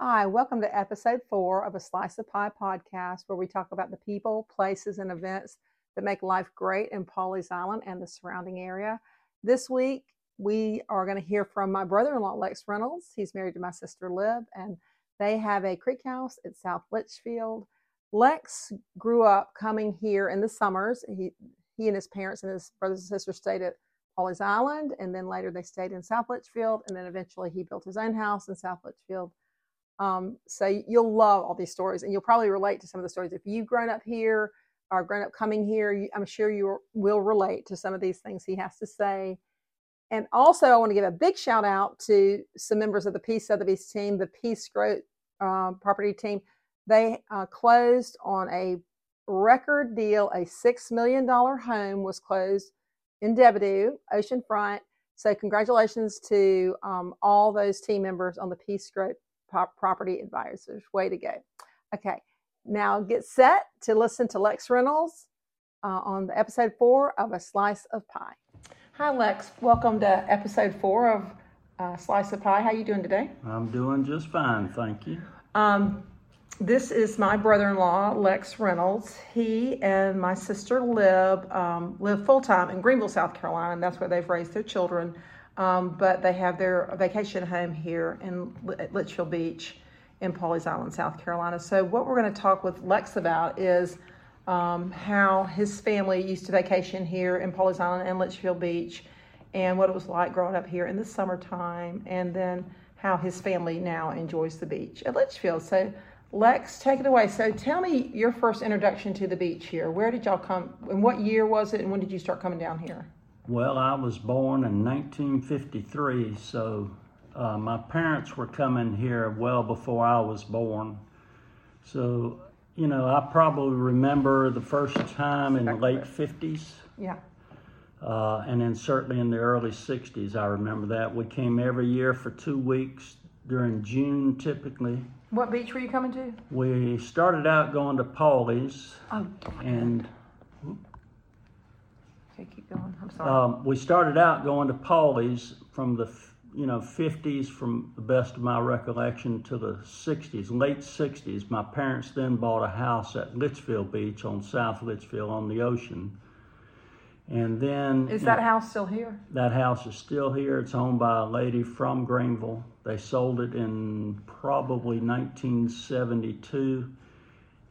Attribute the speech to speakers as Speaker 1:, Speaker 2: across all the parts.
Speaker 1: Hi, welcome to episode four of a Slice of Pie podcast, where we talk about the people, places, and events that make life great in Pawleys Island and the surrounding area. This week, we are going to hear from my brother in law, Lex Reynolds. He's married to my sister, Lib, and they have a creek house at South Litchfield. Lex grew up coming here in the summers. He, he and his parents and his brothers and sisters stayed at Pawleys Island, and then later they stayed in South Litchfield, and then eventually he built his own house in South Litchfield. Um, so you'll love all these stories, and you'll probably relate to some of the stories. If you've grown up here or grown up coming here, you, I'm sure you will relate to some of these things he has to say. And also, I want to give a big shout out to some members of the Peace Sotheby's team, the Peace Growth um, Property team. They uh, closed on a record deal. A six million dollar home was closed in Debidu, oceanfront. So congratulations to um, all those team members on the Peace Growth property advisors. Way to go. Okay, now get set to listen to Lex Reynolds uh, on the episode four of A Slice of Pie. Hi, Lex. Welcome to episode four of uh, Slice of Pie. How you doing today?
Speaker 2: I'm doing just fine, thank you.
Speaker 1: Um, this is my brother-in-law, Lex Reynolds. He and my sister Lib um, live full-time in Greenville, South Carolina, and that's where they've raised their children. Um, but they have their vacation home here in at Litchfield Beach in Pawleys Island, South Carolina. So what we're going to talk with Lex about is um, how his family used to vacation here in Pawleys Island and Litchfield Beach, and what it was like growing up here in the summertime, and then how his family now enjoys the beach at Litchfield. So Lex, take it away. So tell me your first introduction to the beach here. Where did y'all come? And what year was it? And when did you start coming down here?
Speaker 2: Well, I was born in 1953, so uh, my parents were coming here well before I was born. So, you know, I probably remember the first time in the late 50s.
Speaker 1: Yeah.
Speaker 2: Uh, and then certainly in the early 60s, I remember that. We came every year for two weeks during June typically.
Speaker 1: What beach were you coming to?
Speaker 2: We started out going to Paulie's.
Speaker 1: Oh,
Speaker 2: and
Speaker 1: Okay, keep going. I'm sorry.
Speaker 2: um, we started out going to Paulie's from the f- you know 50s, from the best of my recollection, to the 60s, late 60s. My parents then bought a house at Litchfield Beach on South Litchfield on the ocean, and then
Speaker 1: is that house still here?
Speaker 2: that house is still here. It's owned by a lady from Greenville. They sold it in probably 1972.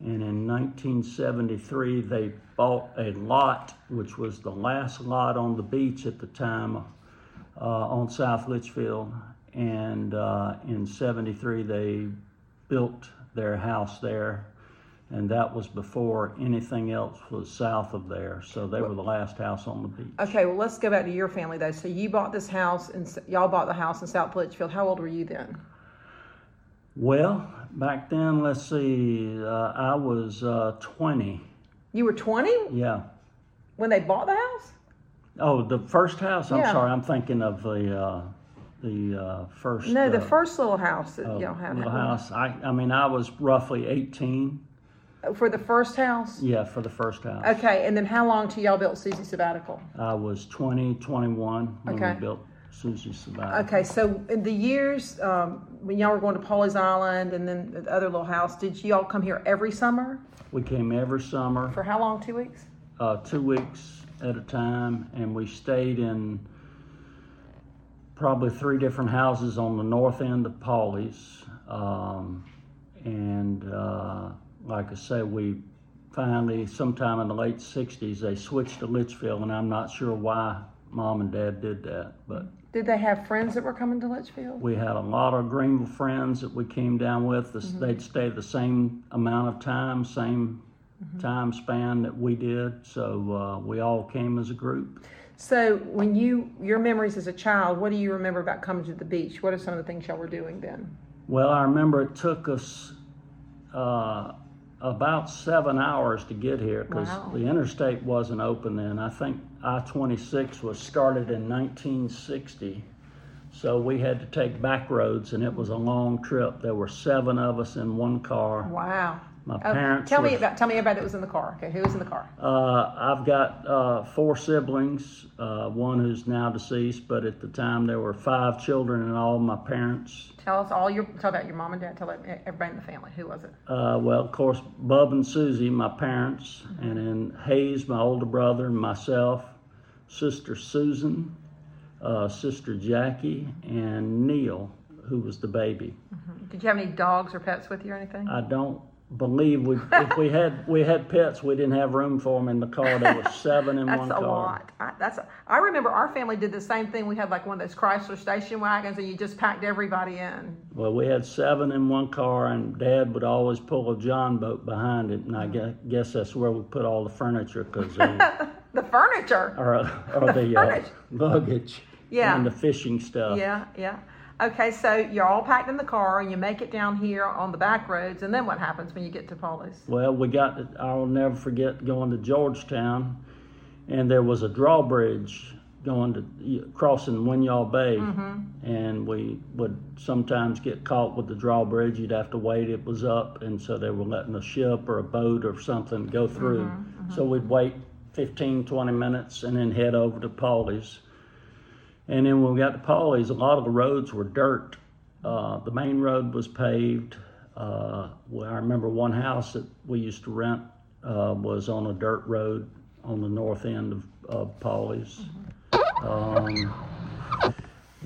Speaker 2: And in 1973, they bought a lot, which was the last lot on the beach at the time uh, on South Litchfield. And uh, in 73, they built their house there. And that was before anything else was south of there. So they were the last house on the beach.
Speaker 1: Okay, well, let's go back to your family though. So you bought this house, and y'all bought the house in South Litchfield. How old were you then?
Speaker 2: Well, back then, let's see, uh, I was uh, 20.
Speaker 1: You were 20
Speaker 2: Yeah.
Speaker 1: when they bought the house.
Speaker 2: Oh, the first house. I'm
Speaker 1: Yeah.
Speaker 2: sorry. I'm thinking of the uh, the uh, first.
Speaker 1: No, the
Speaker 2: uh,
Speaker 1: first little house that
Speaker 2: uh,
Speaker 1: y'all had
Speaker 2: little house. I I mean, I was roughly 18.
Speaker 1: for the first house.
Speaker 2: Yeah, for the first house.
Speaker 1: Okay, and then how long till y'all built Susie Sabbatical?
Speaker 2: I was 20, 21 when
Speaker 1: Okay.
Speaker 2: we built Susie Sabat.
Speaker 1: Okay, so in the years um, when y'all were going to Polly's Island and then the other little house, did y'all come here every summer
Speaker 2: We came every summer.
Speaker 1: for how long? Two weeks.
Speaker 2: uh, two weeks at a time, and we stayed in probably three different houses on the north end of Pawleys. Um, and uh, like I say, we finally, sometime in the late 60s, they switched to Litchfield, and I'm not sure why mom and dad did that, but
Speaker 1: Did they have friends that were coming to Litchfield?
Speaker 2: we had a lot of Greenville friends that we came down with. The-
Speaker 1: Mm-hmm.
Speaker 2: They'd stay the same amount of time, same
Speaker 1: Mm-hmm.
Speaker 2: time span that we did. So uh, we all came as a group.
Speaker 1: So when you your memories as a child, what do you remember about coming to the beach? What are some of the things y'all were doing then?
Speaker 2: Well, I remember it took us uh, about seven hours to get here because
Speaker 1: Wow.
Speaker 2: the interstate wasn't open then. I think I 26 was started in 1960. So we had to take back roads, and it was a long trip. There were seven of us in one car.
Speaker 1: Wow.
Speaker 2: My
Speaker 1: Oh,
Speaker 2: parents.
Speaker 1: tell me
Speaker 2: were-
Speaker 1: about tell me everybody that was in the car. Okay, who was in the car?
Speaker 2: Uh, I've got uh, four siblings, uh, one who's now deceased, but at the time there were five children and all my parents.
Speaker 1: Tell us all your tell about your mom and dad. Tell everybody in the family. Who was it?
Speaker 2: Uh, well, of course, Bub and Susie, my parents, and then Hayes, my older brother, and myself, sister Susan, uh, sister Jackie, and Neil, who was the baby.
Speaker 1: Did you have any dogs or pets with you or anything?
Speaker 2: I don't believe we if we had we had pets, we didn't have room for them in the car. There were seven in
Speaker 1: That's
Speaker 2: one
Speaker 1: a
Speaker 2: car.
Speaker 1: lot. I, that's a, I remember our family did the same thing. We had like one of those Chrysler station wagons, and you just packed everybody in.
Speaker 2: Well, we had seven in one car, and Dad would always pull a John boat behind it,
Speaker 1: Mm-hmm.
Speaker 2: and I gue- guess that's where we put all the furniture, because
Speaker 1: The furniture.
Speaker 2: or, or the uh,
Speaker 1: Furniture.
Speaker 2: luggage
Speaker 1: Yeah.
Speaker 2: and the fishing stuff.
Speaker 1: Yeah, yeah. Okay, so you're all packed in the car, and you make it down here on the back roads, and then what happens when you get to Paulus?
Speaker 2: Well, we got. To, I'll never forget going to Georgetown, and there was a drawbridge going to crossing Winyall Bay, and we would sometimes get caught with the drawbridge. You'd have to wait; it was up, and so they were letting a ship or a boat or something go through. So we'd wait 15, 20 minutes, and then head over to Pawleys. And then when we got to Pawleys, a lot of the roads were dirt. Uh, the main road was paved. Uh, well, I remember one house that we used to rent uh, was on a dirt road on the north end of, of Pawleys. Um,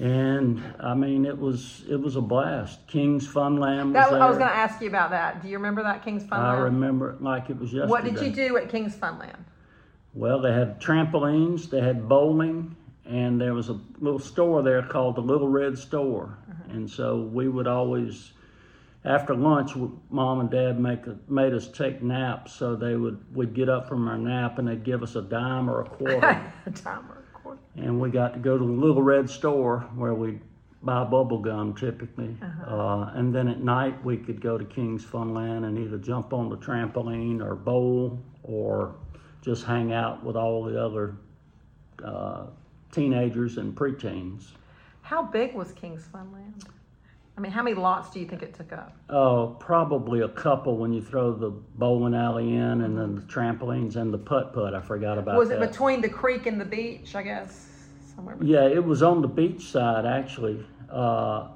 Speaker 2: and I mean, it was it was a blast. King's Funland was
Speaker 1: That,
Speaker 2: there.
Speaker 1: I was going to ask you about that. Do you remember that King's
Speaker 2: I
Speaker 1: Funland?
Speaker 2: remember it like it was yesterday.
Speaker 1: What did you do at King's Funland?
Speaker 2: Well, they had trampolines, they had bowling, and there was a little store there called the Little Red Store. And so we would always, after lunch, w- mom and dad make a, made us take naps. So they would we'd get up from our nap and they'd give us a dime or a quarter,
Speaker 1: Timer record.
Speaker 2: and we got to go to the Little Red Store where we'd buy bubble gum typically.
Speaker 1: Uh-huh.
Speaker 2: Uh, and then at night we could go to King's Funland and either jump on the trampoline or bowl or just hang out with all the other uh, teenagers and preteens.
Speaker 1: How big was King's Funland? I mean, how many lots do you think it took up?
Speaker 2: Uh, probably a couple when you throw the bowling alley in and then the trampolines and the putt putt. I forgot about
Speaker 1: Was
Speaker 2: that.
Speaker 1: it between the creek and the beach? I guess somewhere. between-
Speaker 2: Yeah, it was on the beach side actually, uh,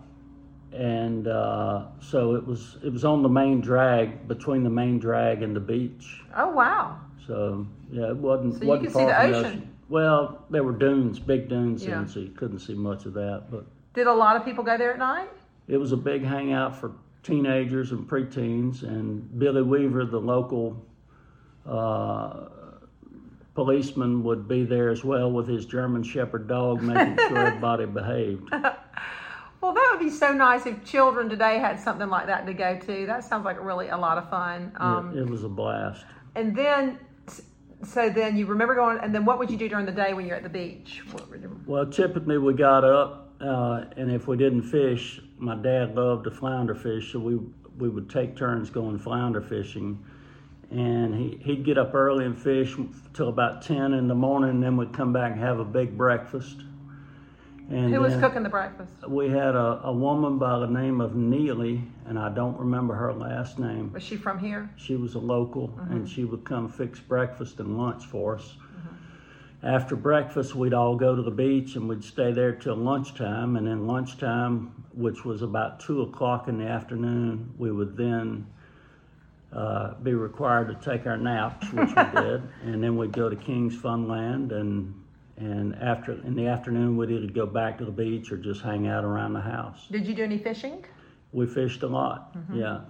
Speaker 2: and uh, so it was it was on the main drag between the main drag and the beach.
Speaker 1: Oh wow!
Speaker 2: So yeah, it wasn't.
Speaker 1: So you
Speaker 2: wasn't
Speaker 1: could see
Speaker 2: far
Speaker 1: the
Speaker 2: from
Speaker 1: ocean.
Speaker 2: Well, there were dunes, big dunes,
Speaker 1: Yeah.
Speaker 2: and so you couldn't see much of that. But
Speaker 1: Did a lot of people go there at night?
Speaker 2: it was a big hangout for teenagers and preteens, and Billy Weaver, the local uh, policeman, would be there as well with his German Shepherd dog, making sure everybody behaved.
Speaker 1: Well, that would be so nice if children today had something like that to go to. That sounds like really a lot of fun. Um,
Speaker 2: it, it was a blast.
Speaker 1: And then, so then you remember going, and then what would you do during the day when you're at the beach? What would you-
Speaker 2: Well, typically we got up, uh, and if we didn't fish, my dad loved to flounder fish, so we we would take turns going flounder fishing. And he, he'd get up early and fish till about 10 in the morning, and then we'd come back and have a big breakfast. And
Speaker 1: Who was
Speaker 2: then
Speaker 1: cooking the breakfast?
Speaker 2: we had a, a woman by the name of Neely, and I don't remember her last name.
Speaker 1: Was she from here?
Speaker 2: She was a local, and she would come fix breakfast and lunch for us. After breakfast, we'd all go to the beach and we'd stay there till lunchtime. And then lunchtime, which was about two o'clock in the afternoon, we would then uh, be required to take our naps, which we did. And then we'd go to King's Funland, and and after in the afternoon, we'd either go back to the beach or just hang out around the house.
Speaker 1: Did you do any fishing?
Speaker 2: We fished a lot, yeah.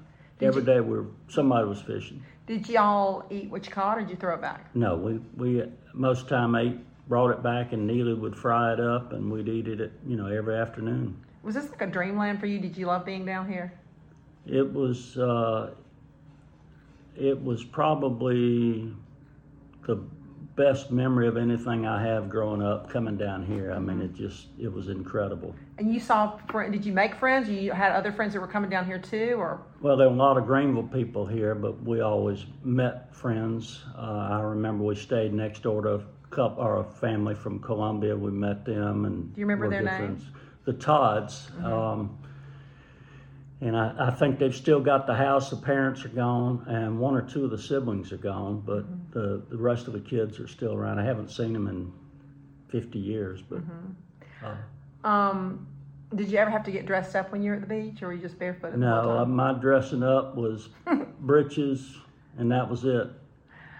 Speaker 2: Every day we were, somebody was fishing.
Speaker 1: Did y'all eat what you caught or did you throw it back?
Speaker 2: No, we, we most time ate, brought it back, and Neely would fry it up, and we'd eat it, you know, every afternoon.
Speaker 1: Was this like a dreamland for you? Did you love being down here?
Speaker 2: It was, uh, it was probably the best memory of anything I have growing up, coming down here. I mean, it just, it was incredible.
Speaker 1: And you saw, fri- did you make friends? You had other friends that were coming down here too? Or
Speaker 2: Well, there were a lot of Greenville people here, but we always met friends. Uh, I remember we stayed next door to a couple, or a family from Columbia. We met them, and
Speaker 1: you remember Mm-hmm.
Speaker 2: were
Speaker 1: their
Speaker 2: good
Speaker 1: names?
Speaker 2: friends. The Todds. Um, And I, I think they've still got the house. The parents are gone, and one or two of the siblings are gone, but
Speaker 1: Mm-hmm.
Speaker 2: the, the rest of the kids are still around. I haven't seen them in 50 years, but
Speaker 1: Mm-hmm.
Speaker 2: uh,
Speaker 1: Um, did you ever have to get dressed up when you were at the beach, or were you just barefooted? the whole
Speaker 2: no, uh,
Speaker 1: time?
Speaker 2: my dressing up was breeches, and that was it.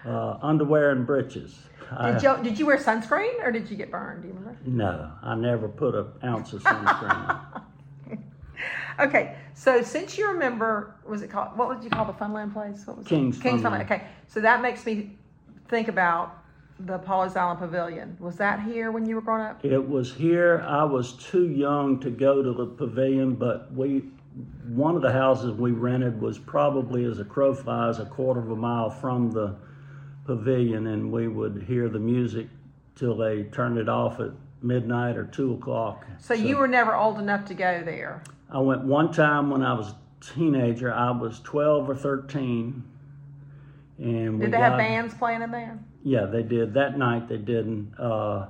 Speaker 2: Uh, underwear and breeches. I,
Speaker 1: Did you did you wear sunscreen, or did you get burned? Do you remember?
Speaker 2: no, I never put an ounce of sunscreen on.
Speaker 1: Okay, so since you remember, was it called? What would you call the Funland place? What was it?
Speaker 2: King's
Speaker 1: King's
Speaker 2: Funland.
Speaker 1: Funland. Okay, so that makes me think about the Paul's Island Pavilion. Was that here when you were growing up?
Speaker 2: It was here. I was too young to go to the pavilion, but we, one of the houses we rented was probably as a crow flies a quarter of a mile from the pavilion, and we would hear the music till they turned it off at midnight or two o'clock.
Speaker 1: So, you were never old enough to go there.
Speaker 2: I went one time when I was a teenager. I was twelve or thirteen, and we
Speaker 1: Did they
Speaker 2: got,
Speaker 1: have bands playing in there?
Speaker 2: yeah, they did. That night they didn't. Uh,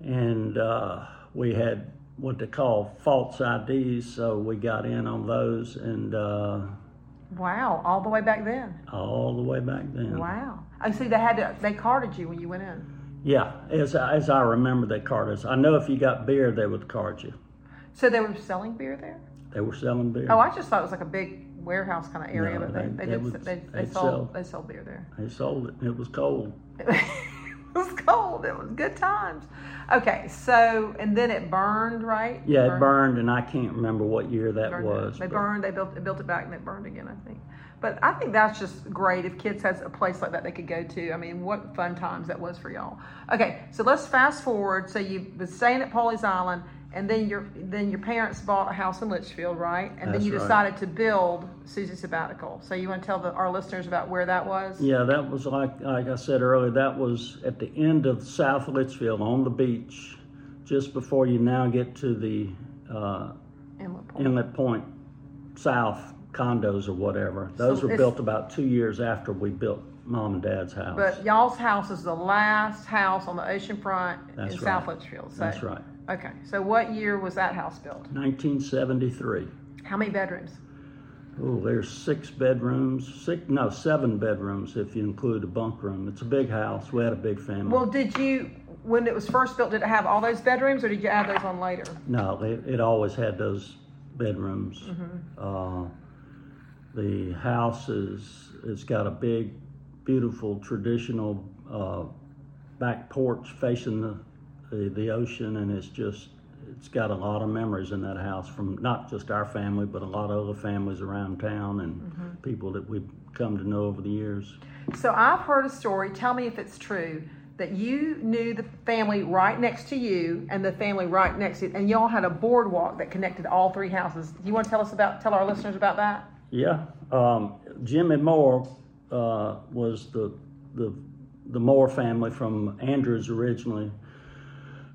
Speaker 2: and uh, we had what they call false IDs, so we got in on those and uh,
Speaker 1: Wow, all the way back then.
Speaker 2: all the way back then.
Speaker 1: Wow. I see. They had to, they carded you when you went in.
Speaker 2: Yeah, as, I- as I remember, they carded us. I know if you got beer, they would card you.
Speaker 1: So they were selling beer there.
Speaker 2: They were selling beer.
Speaker 1: Oh, I just thought it was like a big warehouse kind of area,
Speaker 2: No,
Speaker 1: but they,
Speaker 2: they-
Speaker 1: they,
Speaker 2: they
Speaker 1: did,
Speaker 2: would-
Speaker 1: s- they, they
Speaker 2: they'd
Speaker 1: sold
Speaker 2: sell.
Speaker 1: they sold beer there.
Speaker 2: They sold it. It was cold.
Speaker 1: it was cold. It was good times. Okay, so and then it burned, right?
Speaker 2: Yeah, it burned, and I can't remember what year that was.
Speaker 1: They
Speaker 2: but-
Speaker 1: burned. They built. They built it back, and it burned again. I think. But I think that's just great. If kids has a place like that they could go to, I mean, what fun times that was for y'all. Okay, so let's fast forward. So you was staying at Polly's Island, and then your then your parents bought a house in Litchfield, right? And then
Speaker 2: That's
Speaker 1: you
Speaker 2: right.
Speaker 1: decided to build Susie Sabbatical. So you want to tell the, our listeners about where that was?
Speaker 2: Yeah, that was like like I said earlier. That was at the end of South Litchfield on the beach, just before you now get to the uh,
Speaker 1: Inlet Point.
Speaker 2: Inlet Point South condos or whatever. Those
Speaker 1: So
Speaker 2: were
Speaker 1: it's-
Speaker 2: built about two years after we built Mom and Dad's house.
Speaker 1: But y'all's house is the last house on the ocean front in
Speaker 2: That's
Speaker 1: South
Speaker 2: right.
Speaker 1: Litchfield. So,
Speaker 2: That's right,
Speaker 1: Okay, so what year was that house built?
Speaker 2: 1973.
Speaker 1: How many bedrooms?
Speaker 2: Oh, there's six bedrooms, six no seven bedrooms if you include a bunk room. It's a big house. We had a big family.
Speaker 1: Well, did you, when it was first built, did it have all those bedrooms or did you add those on later?
Speaker 2: No, it, it always had those bedrooms. Uh, the house is, it's got a big, beautiful, traditional uh, back porch facing the, the, the ocean, and it's just, it's got a lot of memories in that house from not just our family, but a lot of other families around town and people that we've come to know over the years.
Speaker 1: So I've heard a story, tell me if it's true, that you knew the family right next to you and the family right next to you, and y'all had a boardwalk that connected all three houses. Do you want to tell us about, tell our listeners about that?
Speaker 2: Yeah, um, Jimmy Moore uh, was the the the Moore family from Andrews originally.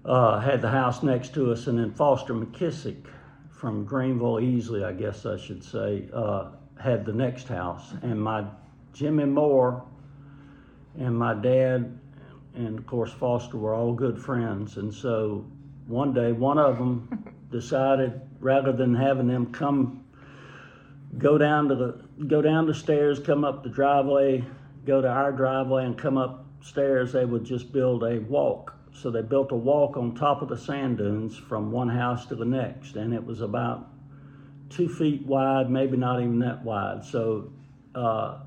Speaker 2: Uh, had the house next to us, and then Foster McKissick from Greenville Easley, I guess I should say, uh, had the next house, and my Jimmy Moore and my dad and of course Foster were all good friends. And so one day, one of them decided rather than having them come go down to the go down the stairs, come up the driveway, go to our driveway, and come upstairs. They would just build a walk. So they built a walk on top of the sand dunes from one house to the next, and it was about two feet wide, maybe not even that wide. So uh,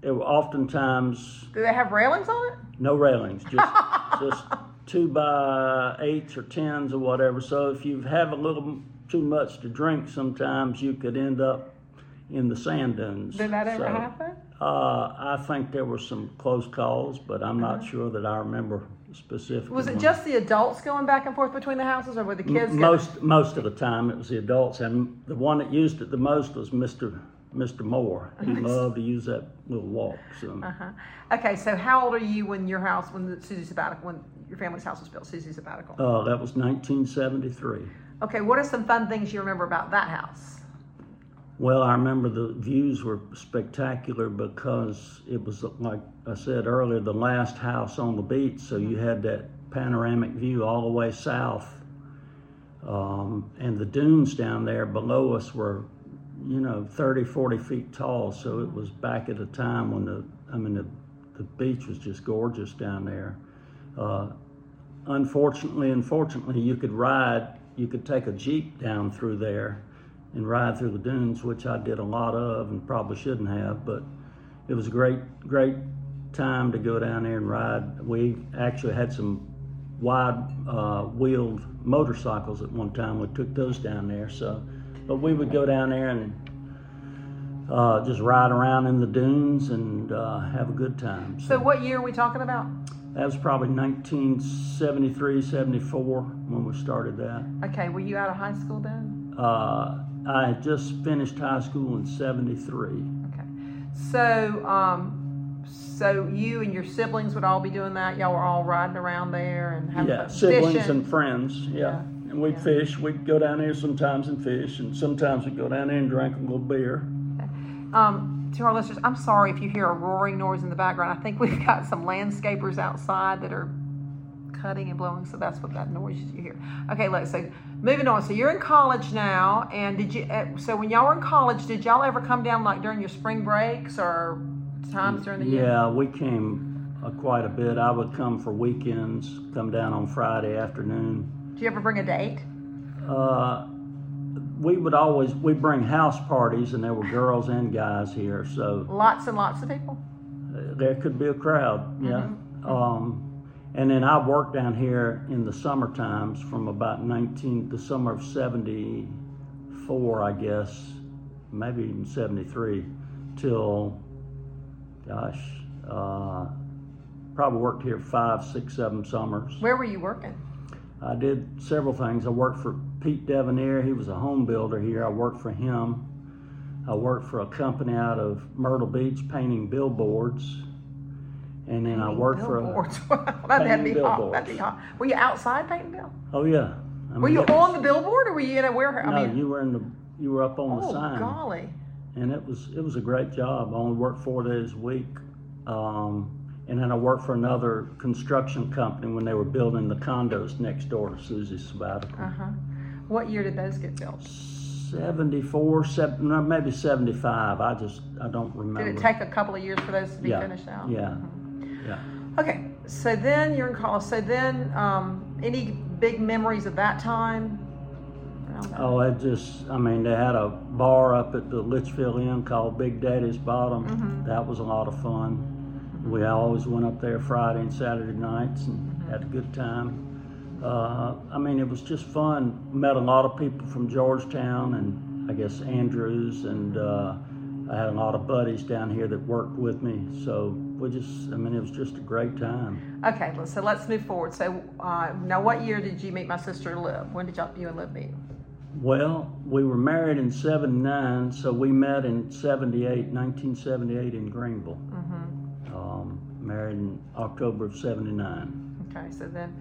Speaker 2: there were oftentimes
Speaker 1: Do they have railings on it?
Speaker 2: no railings, just just two by eights or tens or whatever. So if you have a little m- too much to drink, sometimes you could end up in the sand dunes.
Speaker 1: Did that ever
Speaker 2: So,
Speaker 1: happen?
Speaker 2: Uh, I think there were some close calls, but I'm not sure that I remember specifically.
Speaker 1: Uh-huh. Was it
Speaker 2: when.
Speaker 1: just the adults going back and forth between the houses, or were the kids? go-
Speaker 2: most most of the time it was the adults, and the one that used it the most was Mr. Mr. Moore. He loved to use that little walk. So.
Speaker 1: Uh-huh. Okay, so how old are you when your house, when the Susie sabbatical, when your family's house was built, Susie sabbatical?
Speaker 2: Uh, that was 1973.
Speaker 1: Okay, what are some fun things you remember about that house?
Speaker 2: Well, I remember the views were spectacular because it was, like I said earlier, the last house on the beach, so you had that panoramic view all the way south. Um, and the dunes down there below us were you know, 30, 40 feet tall. So it was back at a time when the, I mean, the, the beach was just gorgeous down there. Uh, unfortunately, unfortunately, you could ride, you could take a Jeep down through there and ride through the dunes, which I did a lot of and probably shouldn't have, but it was a great, great time to go down there and ride. We actually had some wide uh, wheeled motorcycles at one time. We took those down there. So, but we would go down there and uh, just ride around in the dunes and uh, have a good time.
Speaker 1: So, what year are we talking about?
Speaker 2: that was probably 1973, 74 when we started that.
Speaker 1: Okay, were you out of high school then?
Speaker 2: Uh, I had just finished high school in 73.
Speaker 1: Okay. So, um, so you and your siblings would all be doing that. Y'all were all riding around there and having
Speaker 2: Yeah,
Speaker 1: fun
Speaker 2: siblings
Speaker 1: fishing.
Speaker 2: and friends. Yeah.
Speaker 1: Yeah,
Speaker 2: And we'd
Speaker 1: yeah.
Speaker 2: fish. We'd go down there sometimes and fish, and sometimes we'd go down there and drink a little beer.
Speaker 1: Um, to our listeners, I'm sorry if you hear a roaring noise in the background. I think we've got some landscapers outside that are cutting and blowing, so that's what that noise is you hear. Okay, look. So moving on. So you're in college now, and did you? eh, So when y'all were in college, did y'all ever come down like during your spring breaks or times during the year?
Speaker 2: Yeah, we came uh, quite a bit. I would come for weekends, come down on Friday afternoon.
Speaker 1: Did you ever bring a date?
Speaker 2: Uh, we would always we bring house parties, and there were girls and guys here, so
Speaker 1: Lots and lots of people.
Speaker 2: there could be a crowd, yeah. Um, and then I worked down here in the summer times from about 19, the summer of 74, I guess, maybe even 73, till, gosh, uh, probably worked here five, six, seven summers.
Speaker 1: Where were you working?
Speaker 2: I did several things. I worked for Pete Debonair. He was a home builder here. I worked for him. I worked for a company out of Myrtle Beach painting billboards. And then I worked for.
Speaker 1: billboards. Wow, that'd be
Speaker 2: Painting
Speaker 1: hot. That'd be hot. Were you outside painting bill?
Speaker 2: Oh yeah. I
Speaker 1: Were
Speaker 2: mean,
Speaker 1: you
Speaker 2: it was-
Speaker 1: on the billboard, or were you in a warehouse?
Speaker 2: No, you were in the. You were up on the
Speaker 1: oh
Speaker 2: sign,
Speaker 1: golly.
Speaker 2: and it was it was a great job. I only worked four days a week, um, and then I worked for another construction company when they were building the condos next door to Susie Sabbatical.
Speaker 1: Uh-huh. What year did those get built?
Speaker 2: 74, sev- no, maybe 75. I just, I don't remember.
Speaker 1: Did it take a couple of years for those to be
Speaker 2: Yeah,
Speaker 1: finished out? Mm-hmm.
Speaker 2: Yeah, yeah.
Speaker 1: Okay, so then you're in college. So then, um, any big memories of that time? Around that?
Speaker 2: Oh, it just, I mean, they had a bar up at the Litchfield Inn called Big Daddy's Bottom. That was a lot of fun. We always went up there Friday and Saturday nights and had a good time. Uh, I mean, it was just fun. Met a lot of people from Georgetown and I guess Andrews, and uh, I had a lot of buddies down here that worked with me. So we just, I mean, it was just a great time.
Speaker 1: Okay, let's- so let's move forward. So uh, now, what year did you meet my sister Liv? When did y'all, you and Liv meet?
Speaker 2: Well, we were married in 79, so we met in 78, 1978 in Greenville. Um, married in October of 79.
Speaker 1: Okay, so then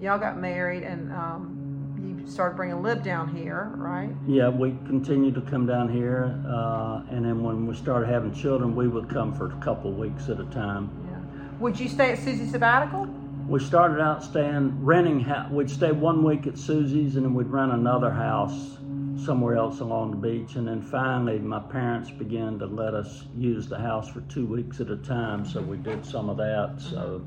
Speaker 1: y'all got married, and um, you started bringing Liv down here, right?
Speaker 2: Yeah, we continued to come down here, uh, and then when we started having children, we would come for a couple weeks at a time.
Speaker 1: Yeah. Would you stay at Susie's sabbatical?
Speaker 2: We started out staying, renting, hou- we'd stay one week at Susie's and then we'd rent another house somewhere else along the beach. And then finally, my parents began to let us use the house for two weeks at a time. So we did some of that. So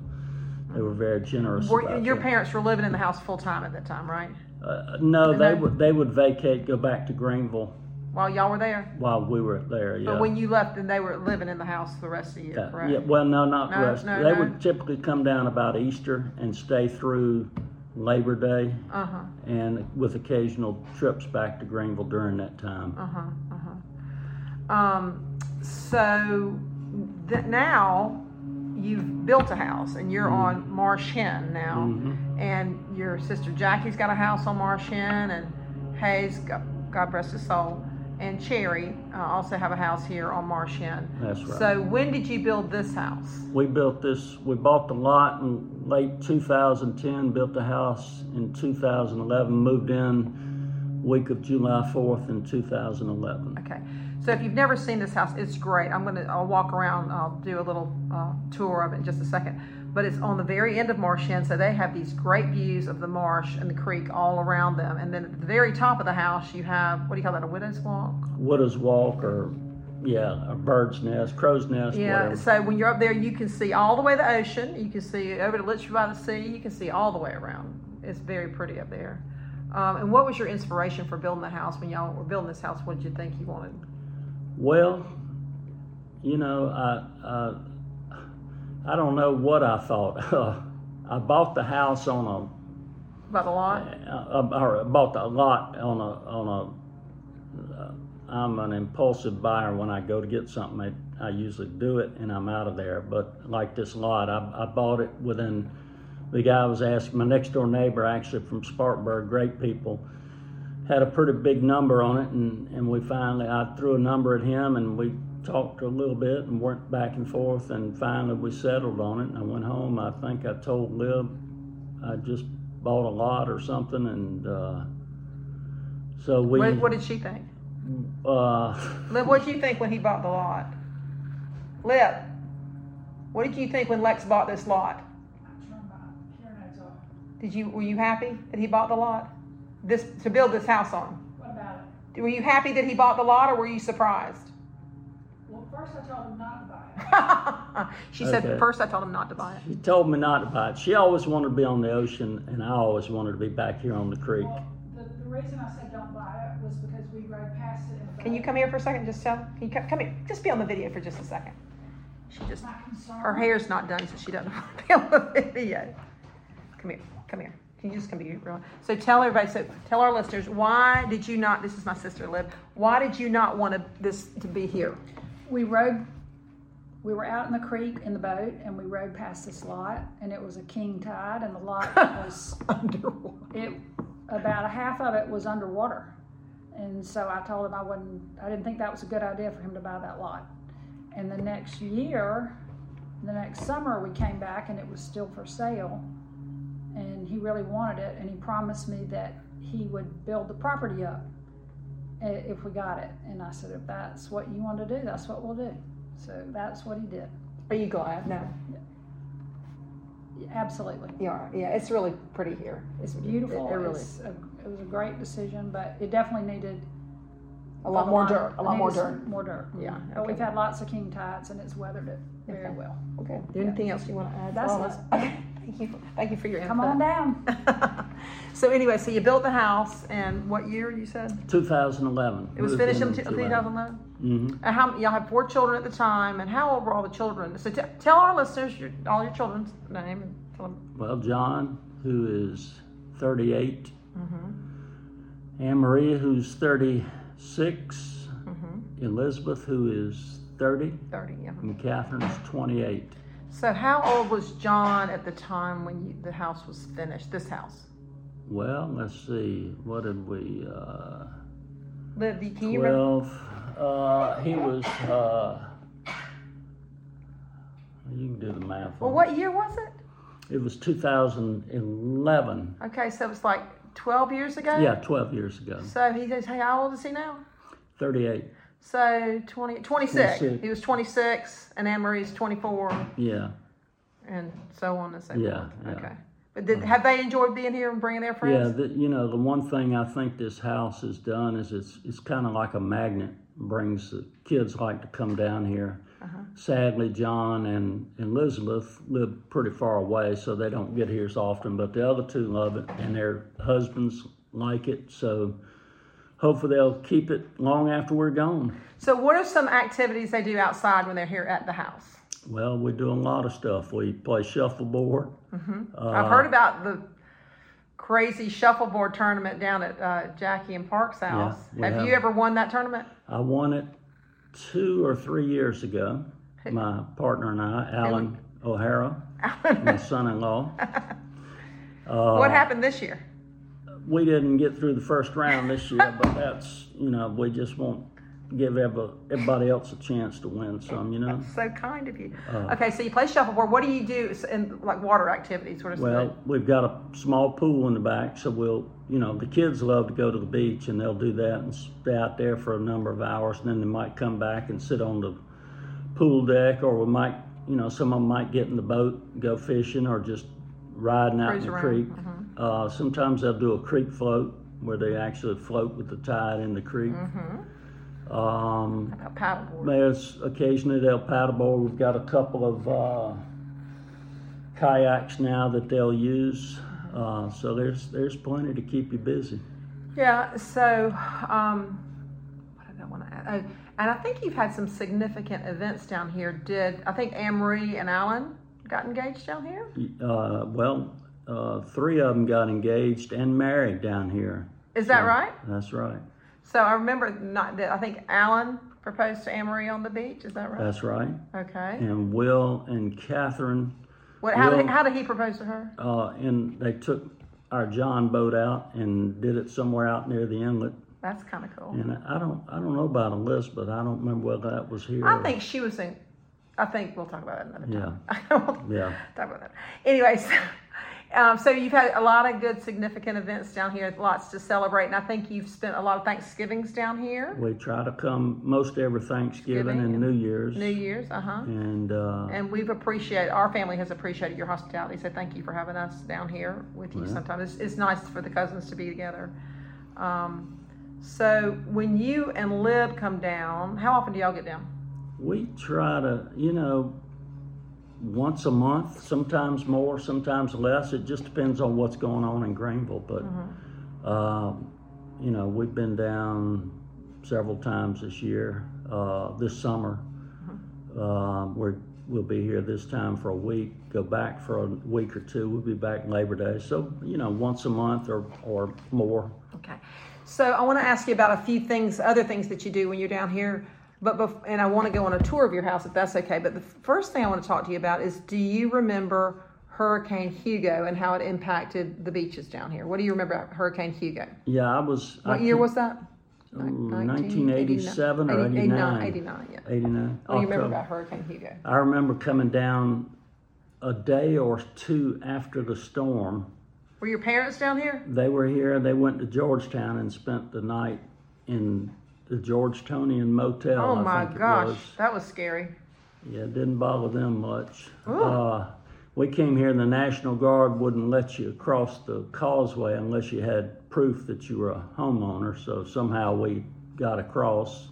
Speaker 2: they were very generous.
Speaker 1: Were,
Speaker 2: about
Speaker 1: your
Speaker 2: that.
Speaker 1: parents were living in the house full time at that time, right?
Speaker 2: Uh, no, they
Speaker 1: they-
Speaker 2: would, they would vacate, go back to Greenville
Speaker 1: While y'all were there?
Speaker 2: while we were there. Yeah.
Speaker 1: But when you left, then they were living in the house the rest of the year,
Speaker 2: Yeah,
Speaker 1: correct?
Speaker 2: Yeah, well, no, not
Speaker 1: No,
Speaker 2: rest.
Speaker 1: no,
Speaker 2: they
Speaker 1: no.
Speaker 2: would typically come down about Easter and stay through Labor Day,
Speaker 1: Uh-huh,
Speaker 2: and with occasional trips back to Greenville during that time.
Speaker 1: uh-huh, uh-huh. Um, so th- now you've built a house and you're
Speaker 2: Mm-hmm.
Speaker 1: on Marsh Hen now. And your sister Jackie's got a house on Marsh Hen and Hayes, God, God bless his soul, and Cherry uh, also have a house here on Marsh Hen.
Speaker 2: That's right.
Speaker 1: So when did you build this house?
Speaker 2: we built this. We bought the lot in late 2010. Built the house in 2011. Moved in week of July 4th in 2011.
Speaker 1: Okay, so if you've never seen this house, it's great. I'm gonna, I'll walk around, I'll do a little uh, tour of it in just a second. but it's on the very end of Marsh End, so they have these great views of the marsh and the creek all around them. And then at the very top of the house, you have what do you call that, a widow's walk?
Speaker 2: Widow's Walk or, yeah, a bird's nest, crow's nest,
Speaker 1: Yeah,
Speaker 2: whatever.
Speaker 1: so when you're up there, you can see all the way to the ocean. You can see over to Litchfield by the sea. You can see all the way around. It's very pretty up there. Um, and what was your inspiration for building the house when y'all were building this house? What did you think you wanted?
Speaker 2: Well, you know, I, I I don't know what I thought. I bought the house on
Speaker 1: About the
Speaker 2: a,
Speaker 1: lot?
Speaker 2: uh, or I bought the lot on a on a. Uh, I'm an impulsive buyer. When I go to get something, I, I usually do it, and I'm out of there. But like this lot, I, I bought it within. The guy was asking my next door neighbor, actually from Spartanburg, great people had a pretty big number on it, and, and we finally, I threw a number at him, and we talked a little bit and went back and forth, and finally we settled on it. And I went home. I think I told Lib I just bought a lot or something, and uh, so we.
Speaker 1: what, what did she think?
Speaker 2: uh,
Speaker 1: Lib, what did you think when he bought the lot? Lib, what did you think when Lex bought this lot? Did you were you happy that he bought the lot? This to build this house on.
Speaker 3: What about it?
Speaker 1: Were you happy that he bought the lot, or were you surprised?
Speaker 3: Well, first I told him not to buy it.
Speaker 1: she said
Speaker 2: Okay.
Speaker 1: first I told him not to buy it.
Speaker 2: she told me not to buy it. She always wanted to be on the ocean, and I always wanted to be back here on the creek.
Speaker 3: Well, the, the reason I said don't buy it was because we rode past it. and
Speaker 1: Can you come here for a second? Just tell. Can you come, come here? Just be on the video for just a second. She just
Speaker 3: My concern.
Speaker 1: her hair's not done, so she doesn't want to be on the video. Come here. Come here. Can you just come here? Real? So tell everybody. So tell our listeners why did you not? This is my sister Lib. Why did you not want to, this to be here?
Speaker 3: We rode. We were out in the creek in the boat, and we rode past this lot, and it was a king tide, and the lot was
Speaker 1: Underwater.
Speaker 3: it about a half of it was underwater and so i told him i wouldn't i didn't think that was a good idea for him to buy that lot and the next year the next summer we came back and it was still for sale and he really wanted it and he promised me that he would build the property up i- if we got it and i said if that's what you want to do that's what we'll do so that's what he did
Speaker 1: Are you glad? No.
Speaker 3: absolutely
Speaker 1: You are. Yeah. It's really pretty here.
Speaker 3: it's beautiful
Speaker 1: It, it really.
Speaker 3: It's a- it was a great decision but it definitely needed
Speaker 1: A lot more dirt. A lot
Speaker 3: It
Speaker 1: more
Speaker 3: is
Speaker 1: dirt.
Speaker 3: More dirt.
Speaker 1: Yeah,
Speaker 3: But we've
Speaker 1: okay.
Speaker 3: had lots of king tides and it's weathered it very
Speaker 1: Okay.
Speaker 3: well.
Speaker 1: Okay. Anything else you want to add?
Speaker 3: That's
Speaker 1: Laura?
Speaker 3: it.
Speaker 1: Okay. Thank you. Thank you for your
Speaker 3: Come
Speaker 1: input.
Speaker 3: on down.
Speaker 1: so anyway, so you built the house, and what year you said
Speaker 2: 2011.
Speaker 1: it was finished in 2011?
Speaker 2: hmm
Speaker 1: And how y'all had four children at the time, and how old were all the children? So t- tell our listeners your, all your children's name and tell them.
Speaker 2: Well, John, who is 38,
Speaker 1: Mm-hmm.
Speaker 2: Anne Maria, who's 36,
Speaker 1: Mm-hmm.
Speaker 2: Elizabeth, who is 30,
Speaker 1: 30, yeah.
Speaker 2: and Catherine's 28.
Speaker 1: So how old was John at the time when you, the house was finished? This house,
Speaker 2: Well, let's see, what did we, uh,
Speaker 1: Livy, can you remember?
Speaker 2: 12, uh, he was, uh, you can do the math.
Speaker 1: Well,
Speaker 2: on
Speaker 1: what year was it?
Speaker 2: It It was 2011,
Speaker 1: Okay, so it's like 12 years ago.
Speaker 2: yeah, 12 years ago,
Speaker 1: So he says, "Hey, how old is he now?"
Speaker 2: 38,
Speaker 1: So 20, 26.
Speaker 2: 26.
Speaker 1: He was 26, and Anne Marie's 24,
Speaker 2: yeah.
Speaker 1: and so on and so
Speaker 2: Yeah,
Speaker 1: forth.
Speaker 2: yeah. Uh-huh.
Speaker 1: Okay. But did, have they enjoyed being here and bringing their
Speaker 2: Yeah,
Speaker 1: friends?
Speaker 2: the, you know, the one thing I think this house has done is it's it's kind of like a magnet. Brings the kids like to come down here. Sadly, John and Elizabeth live pretty far away, so they don't get here as often. But the other two love it, and their husbands like it. So hopefully they'll keep it long after we're gone.
Speaker 1: So, what are some activities they do outside when they're here at the house?
Speaker 2: Well, we do a lot of stuff. We play shuffleboard. Uh,
Speaker 1: I've heard about the crazy shuffleboard tournament down at uh, Jackie and Park's house.
Speaker 2: we
Speaker 1: have,
Speaker 2: have.
Speaker 1: you ever won that tournament?
Speaker 2: I won it two or three years ago. My partner and I, Alan O'Hara, my son-in-law. Uh,
Speaker 1: what happened this year?
Speaker 2: We didn't get through the first round this year, but that's you know we just won't give ever, everybody else a chance to win some, you know.
Speaker 1: So kind of you.
Speaker 2: uh,
Speaker 1: okay, so you play shuffleboard. What do you do s- in like water activities? What are some
Speaker 2: Well, we've got a small pool in the back, so we'll you know the kids love to go to the beach and they'll do that and stay out there for a number of hours, and then they might come back and sit on the pool deck, or we might you know, some of them might get in the boat, go fishing, or just riding out
Speaker 1: Cruise
Speaker 2: in the
Speaker 1: around.
Speaker 2: creek.
Speaker 1: Mhm.
Speaker 2: Uh, sometimes they'll do a creek float where they actually float with the tide in the creek.
Speaker 1: Mhm.
Speaker 2: Um,
Speaker 1: How about paddleboard?
Speaker 2: there's occasionally they'll paddleboard. We've got a couple of uh, kayaks now that they'll use. Uh, so there's there's plenty to keep you busy.
Speaker 1: Yeah. So, um, what did I want to add? Oh, and I think you've had some significant events down here. Did I think Anne Marie and Alan got engaged down here?
Speaker 2: Uh, well, uh, three of them got engaged and married down here.
Speaker 1: Is that right?
Speaker 2: That's right.
Speaker 1: So I remember not that I think Alan proposed to Anne Marie on the beach. Is that right?
Speaker 2: That's right.
Speaker 1: Okay.
Speaker 2: And Will and Catherine,
Speaker 1: What, how, did,
Speaker 2: Will-
Speaker 1: how did he propose to her?
Speaker 2: uh, and they took our John boat out and did it somewhere out near the inlet.
Speaker 1: That's kind of cool.
Speaker 2: And I don't, I don't know about Elizabeth. I don't remember whether that was here.
Speaker 1: I
Speaker 2: or-
Speaker 1: think she was in. I think we'll talk about that another time.
Speaker 2: Yeah.
Speaker 1: I don't want to
Speaker 2: Yeah.
Speaker 1: talk about that. Anyway, so, um, so you've had a lot of good, significant events down here, lots to celebrate, and I think you've spent a lot of Thanksgivings down here,
Speaker 2: We try to come most every Thanksgiving and
Speaker 1: Thanksgiving.
Speaker 2: New Year's.
Speaker 1: New Year's, uh huh.
Speaker 2: and uh,
Speaker 1: And we've appreciated our family has appreciated your hospitality, so thank you for having us down here with you.
Speaker 2: Yeah.
Speaker 1: Sometimes it's, it's nice for the cousins to be together. Um, so when you and Lib come down, how often do y'all get down?
Speaker 2: we try to, you know, once a month, sometimes more, sometimes less. It just depends on what's going on in Greenville. But,
Speaker 1: Mm-hmm.
Speaker 2: um, you know, we've been down several times this year, uh, this summer.
Speaker 1: Mm-hmm.
Speaker 2: Um, we're, we'll be here this time for a week, go back for a week or two. We'll be back Labor Day. So, you know, once a month or, or more.
Speaker 1: Okay. So I want to ask you about a few things, other things that you do when you're down here. But bef- and I want to go on a tour of your house if that's okay. But the first thing I want to talk to you about is do you remember Hurricane Hugo and how it impacted the beaches down here? What do you remember about Hurricane Hugo?
Speaker 2: Yeah, I was. I
Speaker 1: What year
Speaker 2: think-
Speaker 1: was that? Ni-
Speaker 2: Ooh,
Speaker 1: 1989.
Speaker 2: 1987 or
Speaker 1: 80
Speaker 2: 89?
Speaker 1: 89, yeah. What
Speaker 2: 89.
Speaker 1: do Oh, you remember
Speaker 2: October.
Speaker 1: about Hurricane Hugo?
Speaker 2: I remember coming down a day or two after the storm.
Speaker 1: Were your parents down here?
Speaker 2: They were here, they went to Georgetown and spent the night in the Georgetonian Motel.
Speaker 1: Oh
Speaker 2: I
Speaker 1: my
Speaker 2: think it
Speaker 1: gosh,
Speaker 2: was.
Speaker 1: that was scary.
Speaker 2: Yeah, it didn't bother them much. Uh, we came here, and the National Guard wouldn't let you cross the causeway unless you had proof that you were a homeowner. So somehow we got across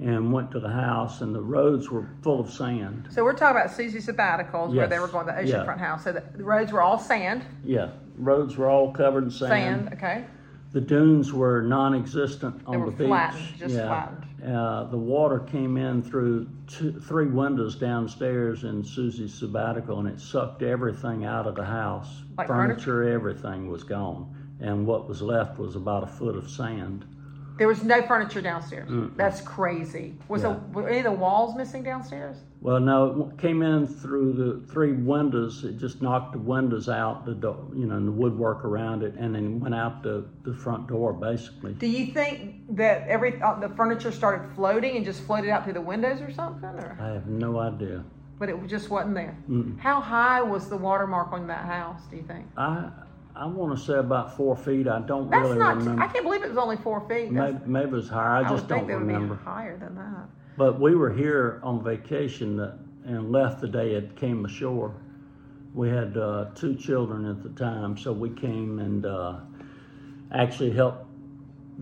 Speaker 2: and went to the house, and the roads were full of sand.
Speaker 1: So we're talking about Susie Sabbaticals where they
Speaker 2: Yes,
Speaker 1: were going to the
Speaker 2: yeah.
Speaker 1: oceanfront house. So the the roads were all sand,
Speaker 2: Yeah, roads were all covered in sand.
Speaker 1: sand, okay?
Speaker 2: The dunes were non-existent on
Speaker 1: were
Speaker 2: the beach.
Speaker 1: flattened, just
Speaker 2: yeah. Uh, the water came in through two, three windows downstairs in Susie's sabbatical, and it sucked everything out of the house.
Speaker 1: Like
Speaker 2: furniture, everything was gone, and what was left was about a foot of sand.
Speaker 1: There was no furniture downstairs. That's crazy. Was the were any of the walls missing downstairs?
Speaker 2: Well, no, it w- came in through the three windows. It just knocked the windows out, the do- you know, and the woodwork around it, and then went out the, the front door basically.
Speaker 1: Do you think that every uh, the furniture started floating and just floated out through the windows or something, or
Speaker 2: I have no idea.
Speaker 1: but it just wasn't there? How high was the watermark on that house? Do you think?
Speaker 2: I I want to say about four feet. I don't
Speaker 1: That's
Speaker 2: really
Speaker 1: not.
Speaker 2: remember.
Speaker 1: I can't believe it was only four feet. That's-
Speaker 2: maybe, maybe it was higher. I
Speaker 1: I
Speaker 2: just
Speaker 1: would
Speaker 2: don't
Speaker 1: think that would
Speaker 2: remember.
Speaker 1: be higher than that.
Speaker 2: But we were here on vacation that, and left the day it came ashore. We had uh, two children at the time, so we came and uh, actually helped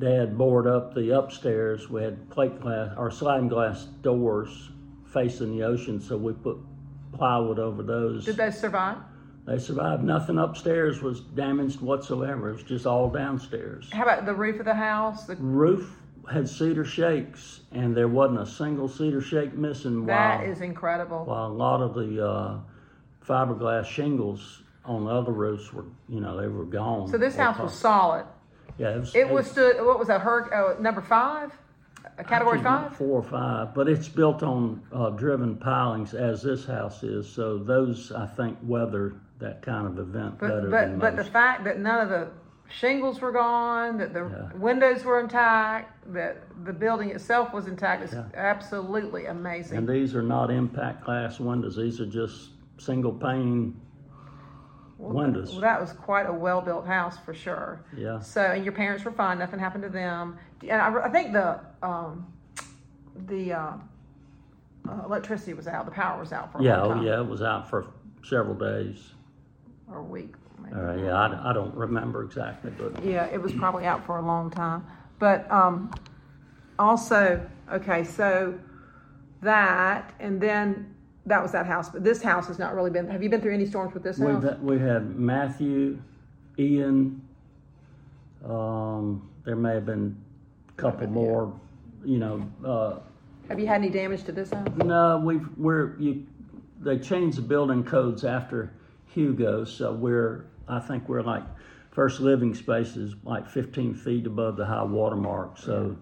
Speaker 2: Dad board up the upstairs. We had plate glass or sliding glass doors facing the ocean, so we put plywood over those.
Speaker 1: Did those survive?
Speaker 2: They survived. Nothing upstairs was damaged whatsoever. It was just all downstairs.
Speaker 1: How about the roof of the house? The,
Speaker 2: Roof had cedar shakes, and there wasn't a single cedar shake missing.
Speaker 1: That
Speaker 2: While,
Speaker 1: is incredible.
Speaker 2: while a lot of the uh, fiberglass shingles on the other roofs were, you know, they were gone.
Speaker 1: So this
Speaker 2: They
Speaker 1: house
Speaker 2: part-
Speaker 1: was solid.
Speaker 2: Yeah, it was.
Speaker 1: It was stood. What was that? Her uh, number five, a category five.
Speaker 2: Four or five, but it's built on uh, driven pilings as this house is. So those, I think, weather that kind of event better
Speaker 1: But, but,
Speaker 2: than
Speaker 1: but the
Speaker 2: most.
Speaker 1: fact that none of the shingles were gone, that the windows were intact, that the building itself was intact is absolutely amazing.
Speaker 2: And these are not impact glass windows, these are just single pane windows.
Speaker 1: well, that was quite a well built house for sure.
Speaker 2: Yeah.
Speaker 1: So, and your parents were fine, nothing happened to them. And I, I think the, um, the, uh, uh, electricity was out, the power was out for a
Speaker 2: Yeah,
Speaker 1: long
Speaker 2: oh,
Speaker 1: time,
Speaker 2: yeah, it was out for several days.
Speaker 1: or a week. Maybe.
Speaker 2: Uh, yeah, I, I don't remember exactly, but
Speaker 1: Yeah, it was probably out for a long time. But um, also, okay, so that, and then that was that house. But this house has not really been. Have you been through any storms with this house?
Speaker 2: we've, we had Matthew, Ian, um, there may have been a couple more, you know, uh,
Speaker 1: Have you had any damage to this house?
Speaker 2: No, we've we're you. They changed the building codes after Hugo, so we're I think we're like first living space is like 15 feet above the high water mark. So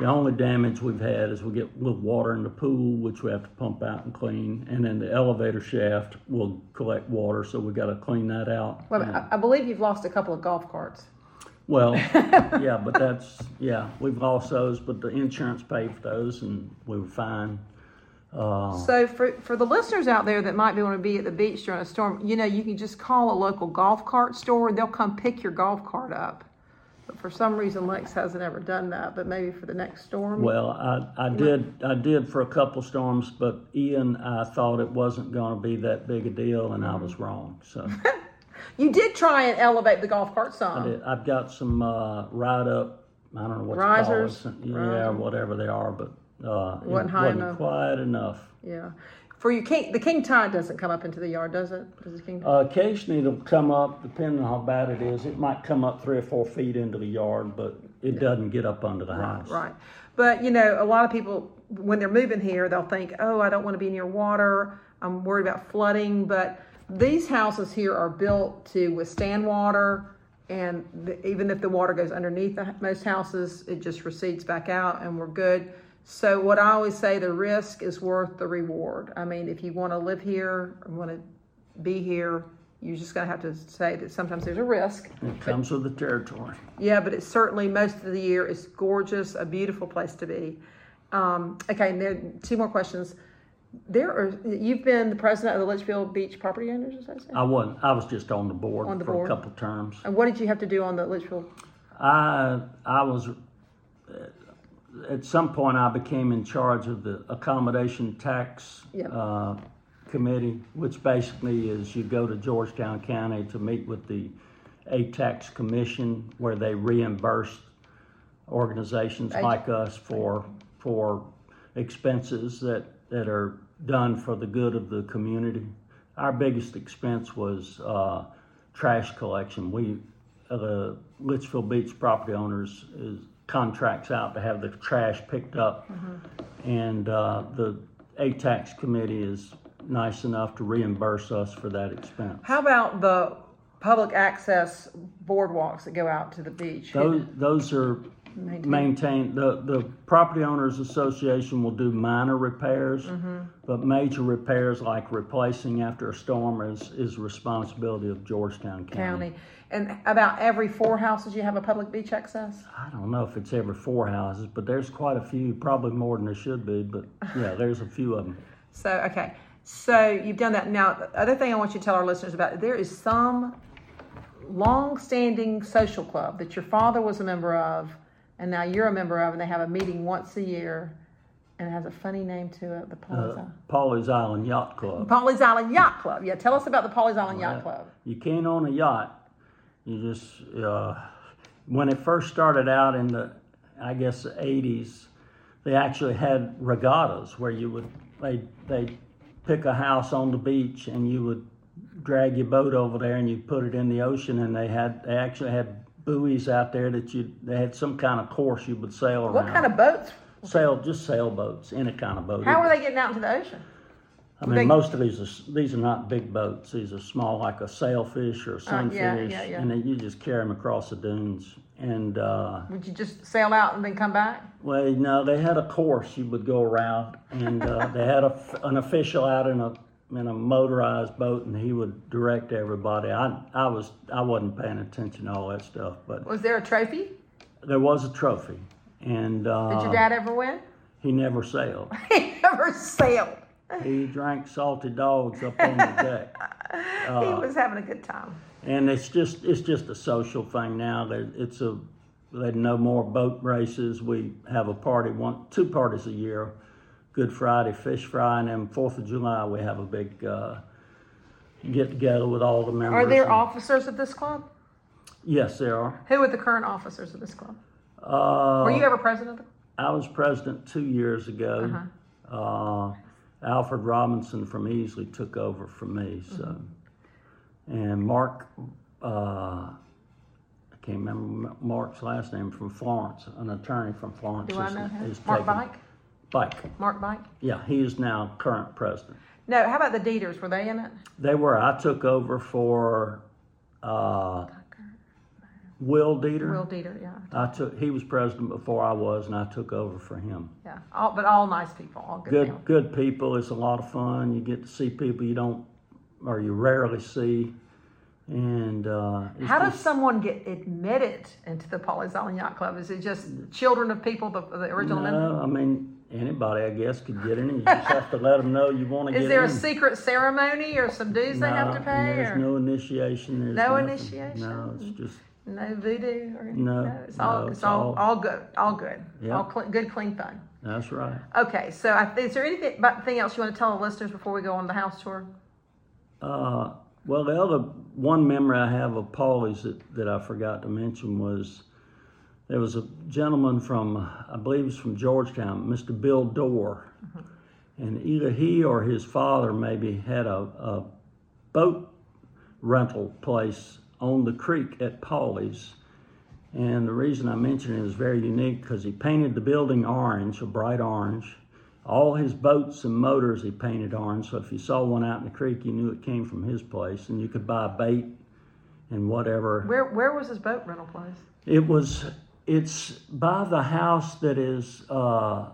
Speaker 2: the only damage we've had is we get a little water in the pool, which we have to pump out and clean, and then the elevator shaft will collect water, so we got to clean that out.
Speaker 1: Well, I, I believe you've lost a couple of golf carts.
Speaker 2: Well, yeah, but that's, yeah, we've lost those, but the insurance paid for those and we were fine.
Speaker 1: So for, for the listeners out there that might be want to be at the beach during a storm, you know, you can just call a local golf cart store and they'll come pick your golf cart up. But for some reason, Lex hasn't ever done that. But maybe for the next storm.
Speaker 2: Well, I, I did, I did for a couple storms, but Ian, I thought it wasn't gonna be that big a deal and I was wrong, so.
Speaker 1: You did try and elevate the golf cart some.
Speaker 2: It- I've got some, uh, ride up, I don't know what you call it.
Speaker 1: Risers?
Speaker 2: some- Yeah, whatever they are, but, uh, it
Speaker 1: Wasn't high
Speaker 2: wasn't
Speaker 1: enough.
Speaker 2: quite enough.
Speaker 1: Yeah. For your king, the king tide doesn't come up into the yard, does it? Does the king?
Speaker 2: Uh, Occasionally it'll come up, depending on how bad it is, it might come up three or four feet into the yard, but it doesn't get up under the house.
Speaker 1: Right. But you know, a lot of people when they're moving here, they'll think, "Oh, I don't want to be near water. I'm worried about flooding." But these houses here are built to withstand water, and the, even if the water goes underneath the, most houses, it just recedes back out, and we're good. So what I always say, the risk is worth the reward. I mean, if you want to live here, or want to be here, you're just going to have to say that sometimes there's a risk.
Speaker 2: It comes with the territory.
Speaker 1: Yeah, but it's certainly most of the year it's gorgeous, a beautiful place to be. Um, okay, and there two more questions. There are you've been the president of the Litchfield Beach Property Owners Association.
Speaker 2: I wasn't, I was just on the board
Speaker 1: On the
Speaker 2: for
Speaker 1: board.
Speaker 2: a couple terms.
Speaker 1: and what did you have to do on the Litchfield?
Speaker 2: I I was uh, at some point I became in charge of the accommodation tax
Speaker 1: Yep.
Speaker 2: uh, committee, which basically is you go to Georgetown County to meet with the A-Tax Commission where they reimburse organizations like us for for expenses that that are done for the good of the community. Our biggest expense was uh, trash collection. We uh, the Litchfield Beach property owners is, contracts out to have the trash picked up, and uh, the A-Tax committee is nice enough to reimburse us for that expense.
Speaker 1: How about the public access boardwalks that go out to the beach?
Speaker 2: Those, those are maintained, the, the property owners association will do minor repairs, but major repairs like replacing after a storm is, is responsibility of Georgetown County.
Speaker 1: County and about every four houses you have a public beach access.
Speaker 2: I don't know if it's every four houses, but there's quite a few, probably more than there should be, but yeah, there's a few of them.
Speaker 1: So, okay. So you've done that. Now, the other thing I want you to tell our listeners about there is some long-standing social club that your father was a member of, and now you're a member of, and they have a meeting once a year, and it has a funny name to it, the
Speaker 2: Uh.
Speaker 1: Polly's, Island.
Speaker 2: Polly's Island Yacht Club.
Speaker 1: Polly's Island Yacht Club. Yeah, tell us about the Polly's Island Yacht Club.
Speaker 2: You can't own a yacht. You just uh, when it first started out in the I guess the 80s, they actually had regattas where you would they they pick a house on the beach and you would drag your boat over there and you put it in the ocean and they had they actually had buoys out there that you they had some kind of course you would sail around.
Speaker 1: What kind of boats?
Speaker 2: sail just sailboats, any kind of boat.
Speaker 1: How are they getting out into the ocean?
Speaker 2: I mean, most of these are these are not big boats. These are small, like a sailfish or sunfish,
Speaker 1: Uh, yeah, yeah.
Speaker 2: and then you just carry them across the dunes. And uh,
Speaker 1: Would you just sail out and then come back?
Speaker 2: well, you know, they had a course you would go around, and uh, they had a, an official out in a in a motorized boat, and he would direct everybody. I I was I wasn't paying attention to all that stuff, but
Speaker 1: Was there a trophy?
Speaker 2: there was a trophy, and
Speaker 1: Did
Speaker 2: uh,
Speaker 1: your dad ever win?
Speaker 2: he never sailed.
Speaker 1: He never sailed.
Speaker 2: he drank salty dogs up on the deck.
Speaker 1: he was having a good time.
Speaker 2: and it's just it's just a social thing now. There, it's a they no more boat races. We have a party one two parties a year Good Friday fish fry, and then Fourth of July we have a big uh, get together with all the members.
Speaker 1: Are there
Speaker 2: and-
Speaker 1: officers of this club?
Speaker 2: Yes, there are.
Speaker 1: Who are the current officers of this club?
Speaker 2: Uh,
Speaker 1: Were you ever president? of the-
Speaker 2: I was president two years ago.
Speaker 1: Uh-huh.
Speaker 2: uh Alfred Robinson from Easley took over from me.
Speaker 1: Mm-hmm.
Speaker 2: So, and Mark, uh, I can't remember M- Mark's last name from Florence, an attorney from Florence.
Speaker 1: Do I
Speaker 2: is-
Speaker 1: know him?
Speaker 2: is
Speaker 1: Mark
Speaker 2: taking-
Speaker 1: Bike?
Speaker 2: Bike.
Speaker 1: Mark Bike?
Speaker 2: Yeah, he is now current president.
Speaker 1: No, how about the Dieters? Were they in it?
Speaker 2: They were. I took over for uh, Will Dieter.
Speaker 1: Will Dieter, yeah.
Speaker 2: I took. He was president before I was, and I took over for him.
Speaker 1: Yeah, all, but all nice people, all good,
Speaker 2: good
Speaker 1: people.
Speaker 2: good people. It's a lot of fun. You get to see people you don't or you rarely see, and uh, it's
Speaker 1: How does
Speaker 2: just-
Speaker 1: someone get admitted into the Polly's Island Yacht Club? Is it just children of people, the, the original? members?
Speaker 2: no, I mean anybody I guess could get in. You just have to let them know you want to get
Speaker 1: Is there
Speaker 2: in.
Speaker 1: a secret ceremony or some dues they have to
Speaker 2: No,
Speaker 1: pay
Speaker 2: There's
Speaker 1: or no,
Speaker 2: no initiation. There's
Speaker 1: No
Speaker 2: nothing.
Speaker 1: initiation?
Speaker 2: No, it's just
Speaker 1: voodoo or anything?
Speaker 2: No,
Speaker 1: it's all
Speaker 2: no,
Speaker 1: it's,
Speaker 2: it's
Speaker 1: all, all
Speaker 2: all-
Speaker 1: good, all good,
Speaker 2: Yeah.
Speaker 1: all clean, good clean fun.
Speaker 2: that's right.
Speaker 1: Okay, so I, is there anything but thing else you want to tell the listeners before we go on the house tour?
Speaker 2: Uh, well, the other one memory I have of Paulie's that, that I forgot to mention was there was a gentleman from, I believe he was from Georgetown, Mr. Bill Dorr. And either he or his father maybe had a, a boat rental place on the creek at Paulie's. And the reason I mention it is very unique because he painted the building orange, a bright orange. All his boats and motors he painted orange. So if you saw one out in the creek, you knew it came from his place, and you could buy bait and whatever.
Speaker 1: Where where was this boat rental place?
Speaker 2: It was. It's by the house that is. Uh,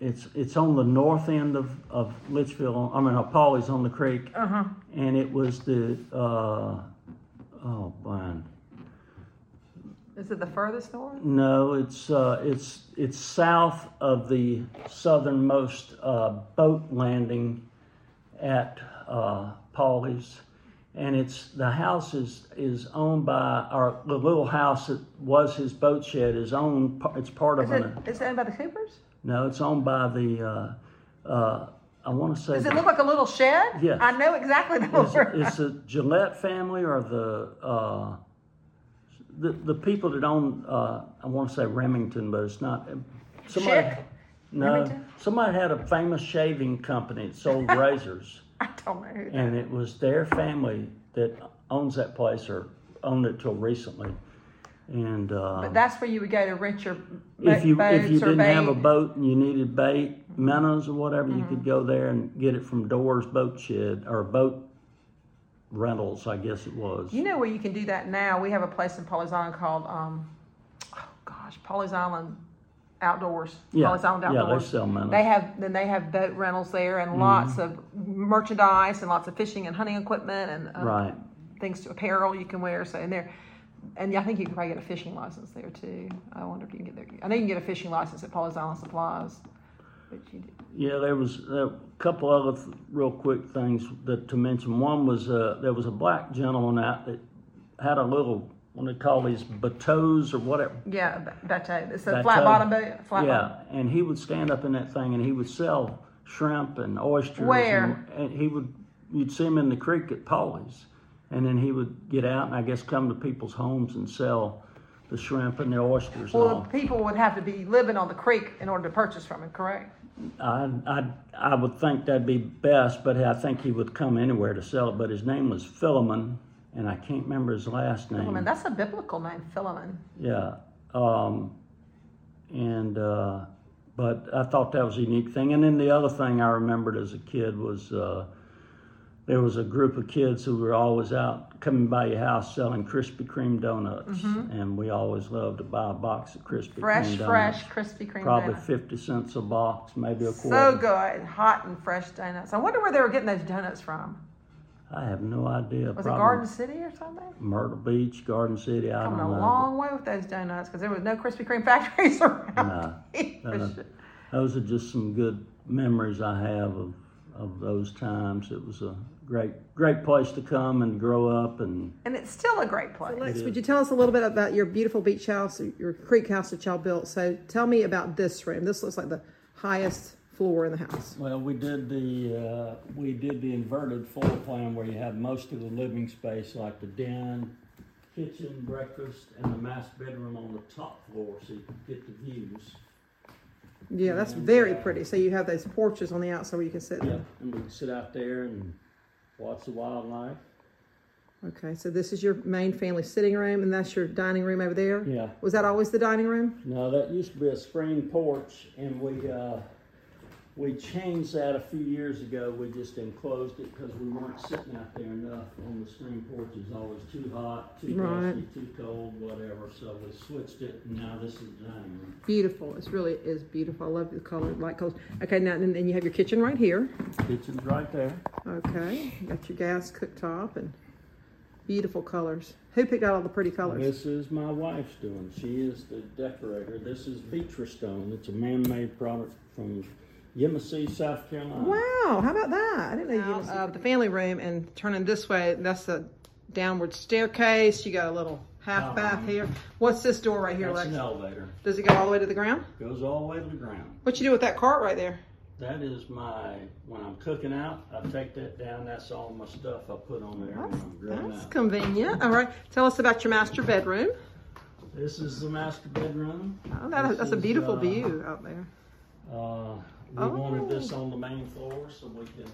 Speaker 2: it's it's on the north end of of Litchfield. I mean, uh, Paulie's on the creek,
Speaker 1: Oh.
Speaker 2: and it was the. Uh, oh, blind.
Speaker 1: Is it the furthest north?
Speaker 2: No, it's uh, it's it's south of the southernmost uh, boat landing at uh, Paulie's, and it's the house is is owned by or the little house that was his boat shed is owned. It's part of
Speaker 1: Is
Speaker 2: an
Speaker 1: it is it by the Coopers?
Speaker 2: no, it's owned by the uh, uh, I want to say
Speaker 1: Does
Speaker 2: the-
Speaker 1: it look like a little shed?
Speaker 2: Yes.
Speaker 1: I know exactly the
Speaker 2: is,
Speaker 1: word.
Speaker 2: is the Gillette family or the uh, the the people that own uh, I want to say Remington, but it's not. um, Somebody,
Speaker 1: Schick?
Speaker 2: No,
Speaker 1: Remington?
Speaker 2: somebody had a famous shaving company that sold razors,
Speaker 1: I don't know who that
Speaker 2: and it was their family that owns that place or owned it till recently. And uh,
Speaker 1: But that's where you would go to rent your bo-
Speaker 2: if you
Speaker 1: boats
Speaker 2: if you
Speaker 1: or
Speaker 2: didn't have a
Speaker 1: bait.
Speaker 2: boat and you needed bait, minnows or whatever,
Speaker 1: Mm-hmm.
Speaker 2: you could go there and get it from Doors Boat Shed or Boat Rentals, I guess it was.
Speaker 1: You know where you can do that now? We have a place in Polly's Island called, um, oh gosh, Polly's Island Outdoors.
Speaker 2: Yeah,
Speaker 1: Polly's Island
Speaker 2: yeah, Mm-hmm. they
Speaker 1: Outdoors.
Speaker 2: sell minnows.
Speaker 1: They have then they have boat rentals there and lots of merchandise and lots of fishing and hunting equipment and uh,
Speaker 2: right.
Speaker 1: things to apparel you can wear. So in there, and I think you can probably get a fishing license there too. I wonder if you can get there. I know you can get a fishing license at Polly's Island Supplies, but you
Speaker 2: Yeah, there was a couple other th- real quick things that to mention. One was uh, there was a black gentleman out that had a little what do they call these bateaus or whatever
Speaker 1: yeah, ba- bateau. It's a
Speaker 2: Bateau.
Speaker 1: flat bottom boat. Flat bottom.
Speaker 2: yeah, and he would stand up in that thing and he would sell shrimp and oysters.
Speaker 1: Where?
Speaker 2: And, and he would, you'd see him in the creek at Polly's. And then he would get out and I guess come to people's homes and sell the shrimp and the oysters and
Speaker 1: Well,
Speaker 2: all.
Speaker 1: people would have to be living on the creek in order to purchase from it, correct?
Speaker 2: I, I, I would think that'd be best, but I think he would come anywhere to sell it. But his name was Philemon, and I can't remember his last name.
Speaker 1: Philemon, that's a biblical name, Philemon.
Speaker 2: Yeah. Um, and, uh, but I thought that was a unique thing. And then the other thing I remembered as a kid was uh, there was a group of kids who were always out coming by your house selling Krispy Kreme donuts. And we always loved to buy a box of Krispy
Speaker 1: Mm-hmm. Fresh,
Speaker 2: Kreme
Speaker 1: fresh
Speaker 2: donuts.
Speaker 1: Krispy Kreme
Speaker 2: Probably
Speaker 1: donuts.
Speaker 2: 50 cents a box, maybe a quarter.
Speaker 1: So good, hot and fresh donuts. I wonder where they were getting those donuts from.
Speaker 2: I have no idea.
Speaker 1: Was
Speaker 2: Probably
Speaker 1: it Garden City or something?
Speaker 2: Myrtle Beach, Garden City, I don't
Speaker 1: Coming a
Speaker 2: know.
Speaker 1: long way with those donuts because there was no Krispy Kreme factories around.
Speaker 2: No.
Speaker 1: here.
Speaker 2: Uh, Those are just some good memories I have of, of those times. It was a great, great place to come and grow up and
Speaker 1: and it's still a great place.
Speaker 4: Lex, would you tell us a little bit about your beautiful beach house, your creek house that y'all built? So tell me about this room. This looks like the
Speaker 1: highest floor in the house.
Speaker 2: Well, we did the, uh, we did the inverted floor plan where you have most of the living space, like the den, kitchen, breakfast, and the master bedroom on the top floor, so you can get the views.
Speaker 1: Yeah, that's
Speaker 2: And,
Speaker 1: very
Speaker 2: uh,
Speaker 1: pretty. So you have those porches on the outside where you can sit.
Speaker 2: Yeah, and we can sit out there and watch the wildlife.
Speaker 1: Okay, so this is your main family sitting room, and that's your dining room over there.
Speaker 2: Yeah.
Speaker 1: Was that always the dining room?
Speaker 2: Now, that used to be a screen porch, and we, uh, we changed that a few years ago. We just enclosed it because we weren't sitting out there enough on the screen porch. It was always too hot, too
Speaker 1: Right.
Speaker 2: dusty, too cold, whatever, so we switched it, and now this is the dining room.
Speaker 1: Beautiful. It's really is beautiful. I love the color, light colors. Okay, now and then you have your kitchen right here.
Speaker 2: Kitchen's right there.
Speaker 1: Okay, got your gas cooktop and beautiful colors. Who picked out all the pretty colors?
Speaker 2: Oh, This is my wife's doing. She is the decorator. This is Beecher Stone. It's a man-made product from Yemassee, South Carolina.
Speaker 1: Wow, how about that? I didn't know you
Speaker 4: Now,
Speaker 1: out of the family room and turning this way. That's the downward staircase. You got a little half bath here. What's this door right here,
Speaker 2: Uh-huh. That's
Speaker 1: Lex?
Speaker 2: an elevator.
Speaker 1: Does it go all the way to the ground?
Speaker 2: Goes all the way to the ground.
Speaker 1: What you do with that cart right there?
Speaker 2: That is my, when I'm cooking out, I take that down. That's all my stuff I put on there when I'm grilling
Speaker 1: That's
Speaker 2: out.
Speaker 1: convenient. All right, tell us about your master bedroom.
Speaker 2: This is the master bedroom.
Speaker 1: Oh, that,
Speaker 2: This
Speaker 1: that's a
Speaker 2: is,
Speaker 1: beautiful
Speaker 2: uh,
Speaker 1: view out there.
Speaker 2: Uh, we
Speaker 1: Oh.
Speaker 2: wanted this on the main floor so we can,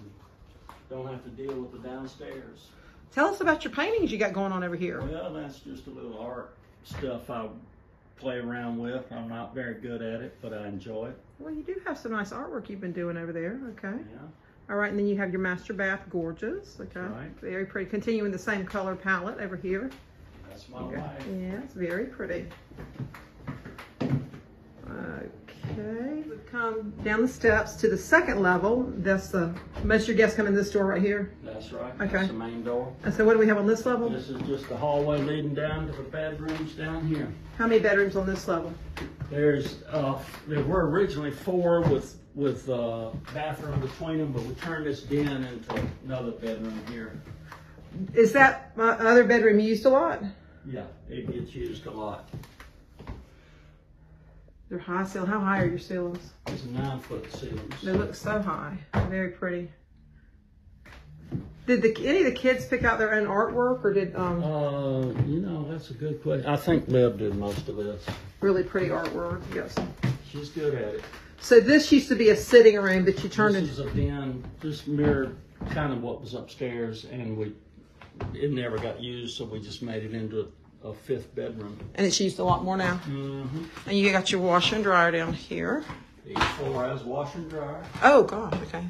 Speaker 2: don't have to deal with the downstairs.
Speaker 1: Tell us about your paintings you got going on over here.
Speaker 2: Well, that's just a little art stuff I play around with. I'm not very good at it, but I enjoy it.
Speaker 1: Well, you do have some nice artwork you've been doing over there. Okay.
Speaker 2: Yeah.
Speaker 1: All right, and then you have your master bath, gorgeous. Okay.
Speaker 2: right.
Speaker 1: Very pretty. Continuing the same color palette over here.
Speaker 2: That's my wife.
Speaker 1: Yeah, it's very pretty. Okay, we come down the steps to the second level. That's the most of your guests come in this door right here.
Speaker 2: That's right.
Speaker 1: Okay.
Speaker 2: That's the main door.
Speaker 1: And so, what do we have on this level?
Speaker 2: This is just the hallway leading down to the bedrooms down here.
Speaker 1: How many bedrooms on this level?
Speaker 2: There's, uh, there were originally four with, with, uh, bathroom between them, but we turned this den into another bedroom here.
Speaker 1: Is that my other bedroom used a lot?
Speaker 2: Yeah, it gets used a lot.
Speaker 1: They're high ceil. How high are your ceilings?
Speaker 2: It's nine foot ceilings.
Speaker 1: They look so high. Very pretty. Did the any of the kids pick out their own artwork, or did um
Speaker 2: Uh, you know, that's a good question. I think Lib did most of this.
Speaker 1: really pretty artwork? Yes.
Speaker 2: She's good at it.
Speaker 1: So this used to be a sitting room that you turned
Speaker 2: This
Speaker 1: into.
Speaker 2: is a den, this mirrored kind of what was upstairs and we, it never got used, so we just made it into a, a fifth bedroom.
Speaker 1: and it's used a lot more now.
Speaker 2: Mm-hmm.
Speaker 1: And you got your washer and dryer down here.
Speaker 2: Each floor has washer and dryer.
Speaker 1: Oh gosh, okay.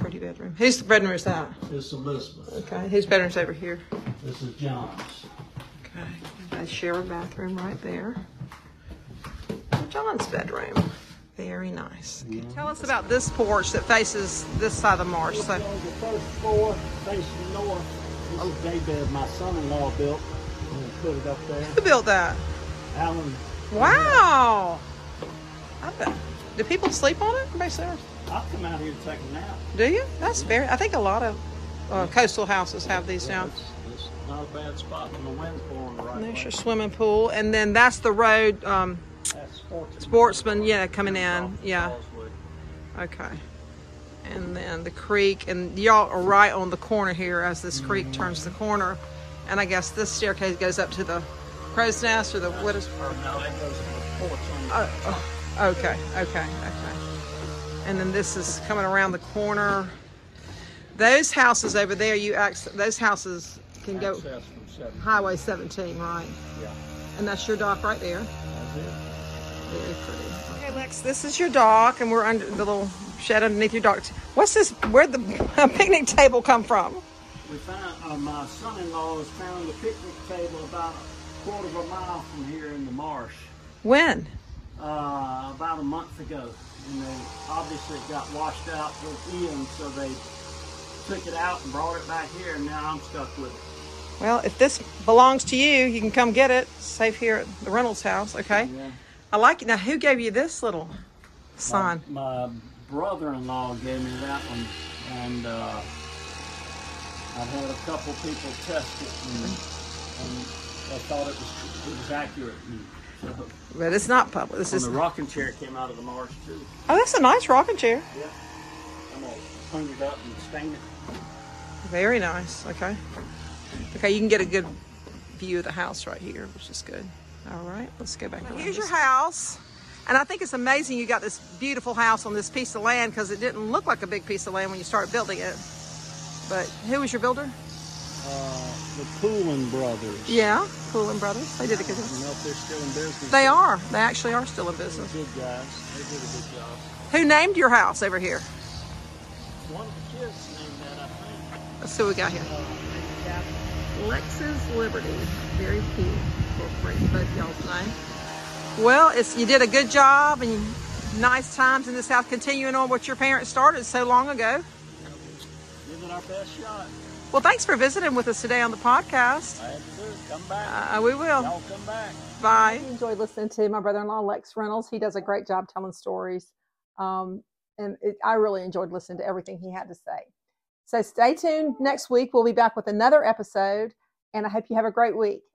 Speaker 1: Pretty bedroom. Whose bedroom is that?
Speaker 2: This is Elizabeth.
Speaker 1: Okay, whose bedroom's over here?
Speaker 2: This is John's.
Speaker 1: Okay, I share a bathroom right there. And John's bedroom. Very nice. Okay, Tell us about this porch that faces this side of the marsh. So,
Speaker 2: the first floor facing north. This
Speaker 1: Oh.
Speaker 2: is day bed my son-in-law built. I'm gonna put it up there.
Speaker 1: who built that?
Speaker 2: Alan,
Speaker 1: Wow. I bet. Do people sleep on it? Everybody sleep on it?
Speaker 2: I'll come out here and take a nap.
Speaker 1: Do you? That's very. I think a lot of uh, coastal houses have these now.
Speaker 2: It's, it's not a bad spot when the wind's blowing the right
Speaker 1: And there's
Speaker 2: way.
Speaker 1: your swimming pool, and then that's the road. Um,
Speaker 2: That's Sportsman.
Speaker 1: Sportsman, yeah, coming in, yeah.
Speaker 2: Causeway.
Speaker 1: okay, and then the creek, and y'all are right on the corner here as this creek turns the corner, and I guess this staircase goes up to the crow's nest or the what is?
Speaker 2: Or no, that goes to the porch on the-
Speaker 1: Oh, oh, okay, okay, okay. And then this is coming around the corner. Those houses over there, you access those houses can go
Speaker 2: access from seven.
Speaker 1: Highway 17, right?
Speaker 2: Yeah,
Speaker 1: And that's your dock right there.
Speaker 2: that's it.
Speaker 1: Very pretty. Okay, Lex, this is your dock, and we're under the little shed underneath your dock. What's this? Where'd the picnic table come from?
Speaker 2: We found, uh, my son-in-law has found the picnic table about a quarter of a mile from here in the marsh,
Speaker 1: When?
Speaker 2: uh, about a month ago. And they obviously it got washed out with Ian, so they took it out and brought it back here, and now I'm stuck with it.
Speaker 1: Well, if this belongs to you, you can come get it. It's safe here at the Reynolds house, okay?
Speaker 2: Yeah.
Speaker 1: I like it. Now, who gave you this little sign?
Speaker 2: My brother-in-law gave me that one, and uh, I've had a couple people test it, and, and they thought it was it was accurate. And
Speaker 1: But it's not public. This
Speaker 2: And the
Speaker 1: is.
Speaker 2: rocking chair came out of the marsh too.
Speaker 1: Oh, that's a nice rocking chair.
Speaker 2: Yeah. I'm gonna clean it up and stain it.
Speaker 1: Very nice. Okay. Okay, you can get a good view of the house right here, which is good. All right, let's go back. Here's your house. And I think it's amazing you got this beautiful house on this piece of land because it didn't look like a big piece of land when you started building it. But who was your builder?
Speaker 2: Uh, the Poolin brothers.
Speaker 1: Yeah, Coolin Brothers. They did a good
Speaker 2: I don't know if they're still in business.
Speaker 1: They are. They actually are still in business.
Speaker 2: Good guys. They did a good job.
Speaker 1: Who named your house over here?
Speaker 2: One of the kids named that, I think.
Speaker 1: Let's see what we got here. Lexus Liberty. Very cool corporation, both y'all's name. Well, it's, you did a good job and nice times in this house, continuing on what your parents started so long ago.
Speaker 2: Giving our best shot.
Speaker 1: Well, thanks for visiting with us today on the podcast.
Speaker 2: I had to do it. Come back.
Speaker 1: Uh, we will.
Speaker 2: Y'all come back.
Speaker 1: Bye.
Speaker 4: I enjoy listening to my brother-in-law Lex Reynolds. He does a great job telling stories, um, and it, I really enjoyed listening to everything he had to say. So stay tuned. Next week we'll be back with another episode, and I hope you have a great week.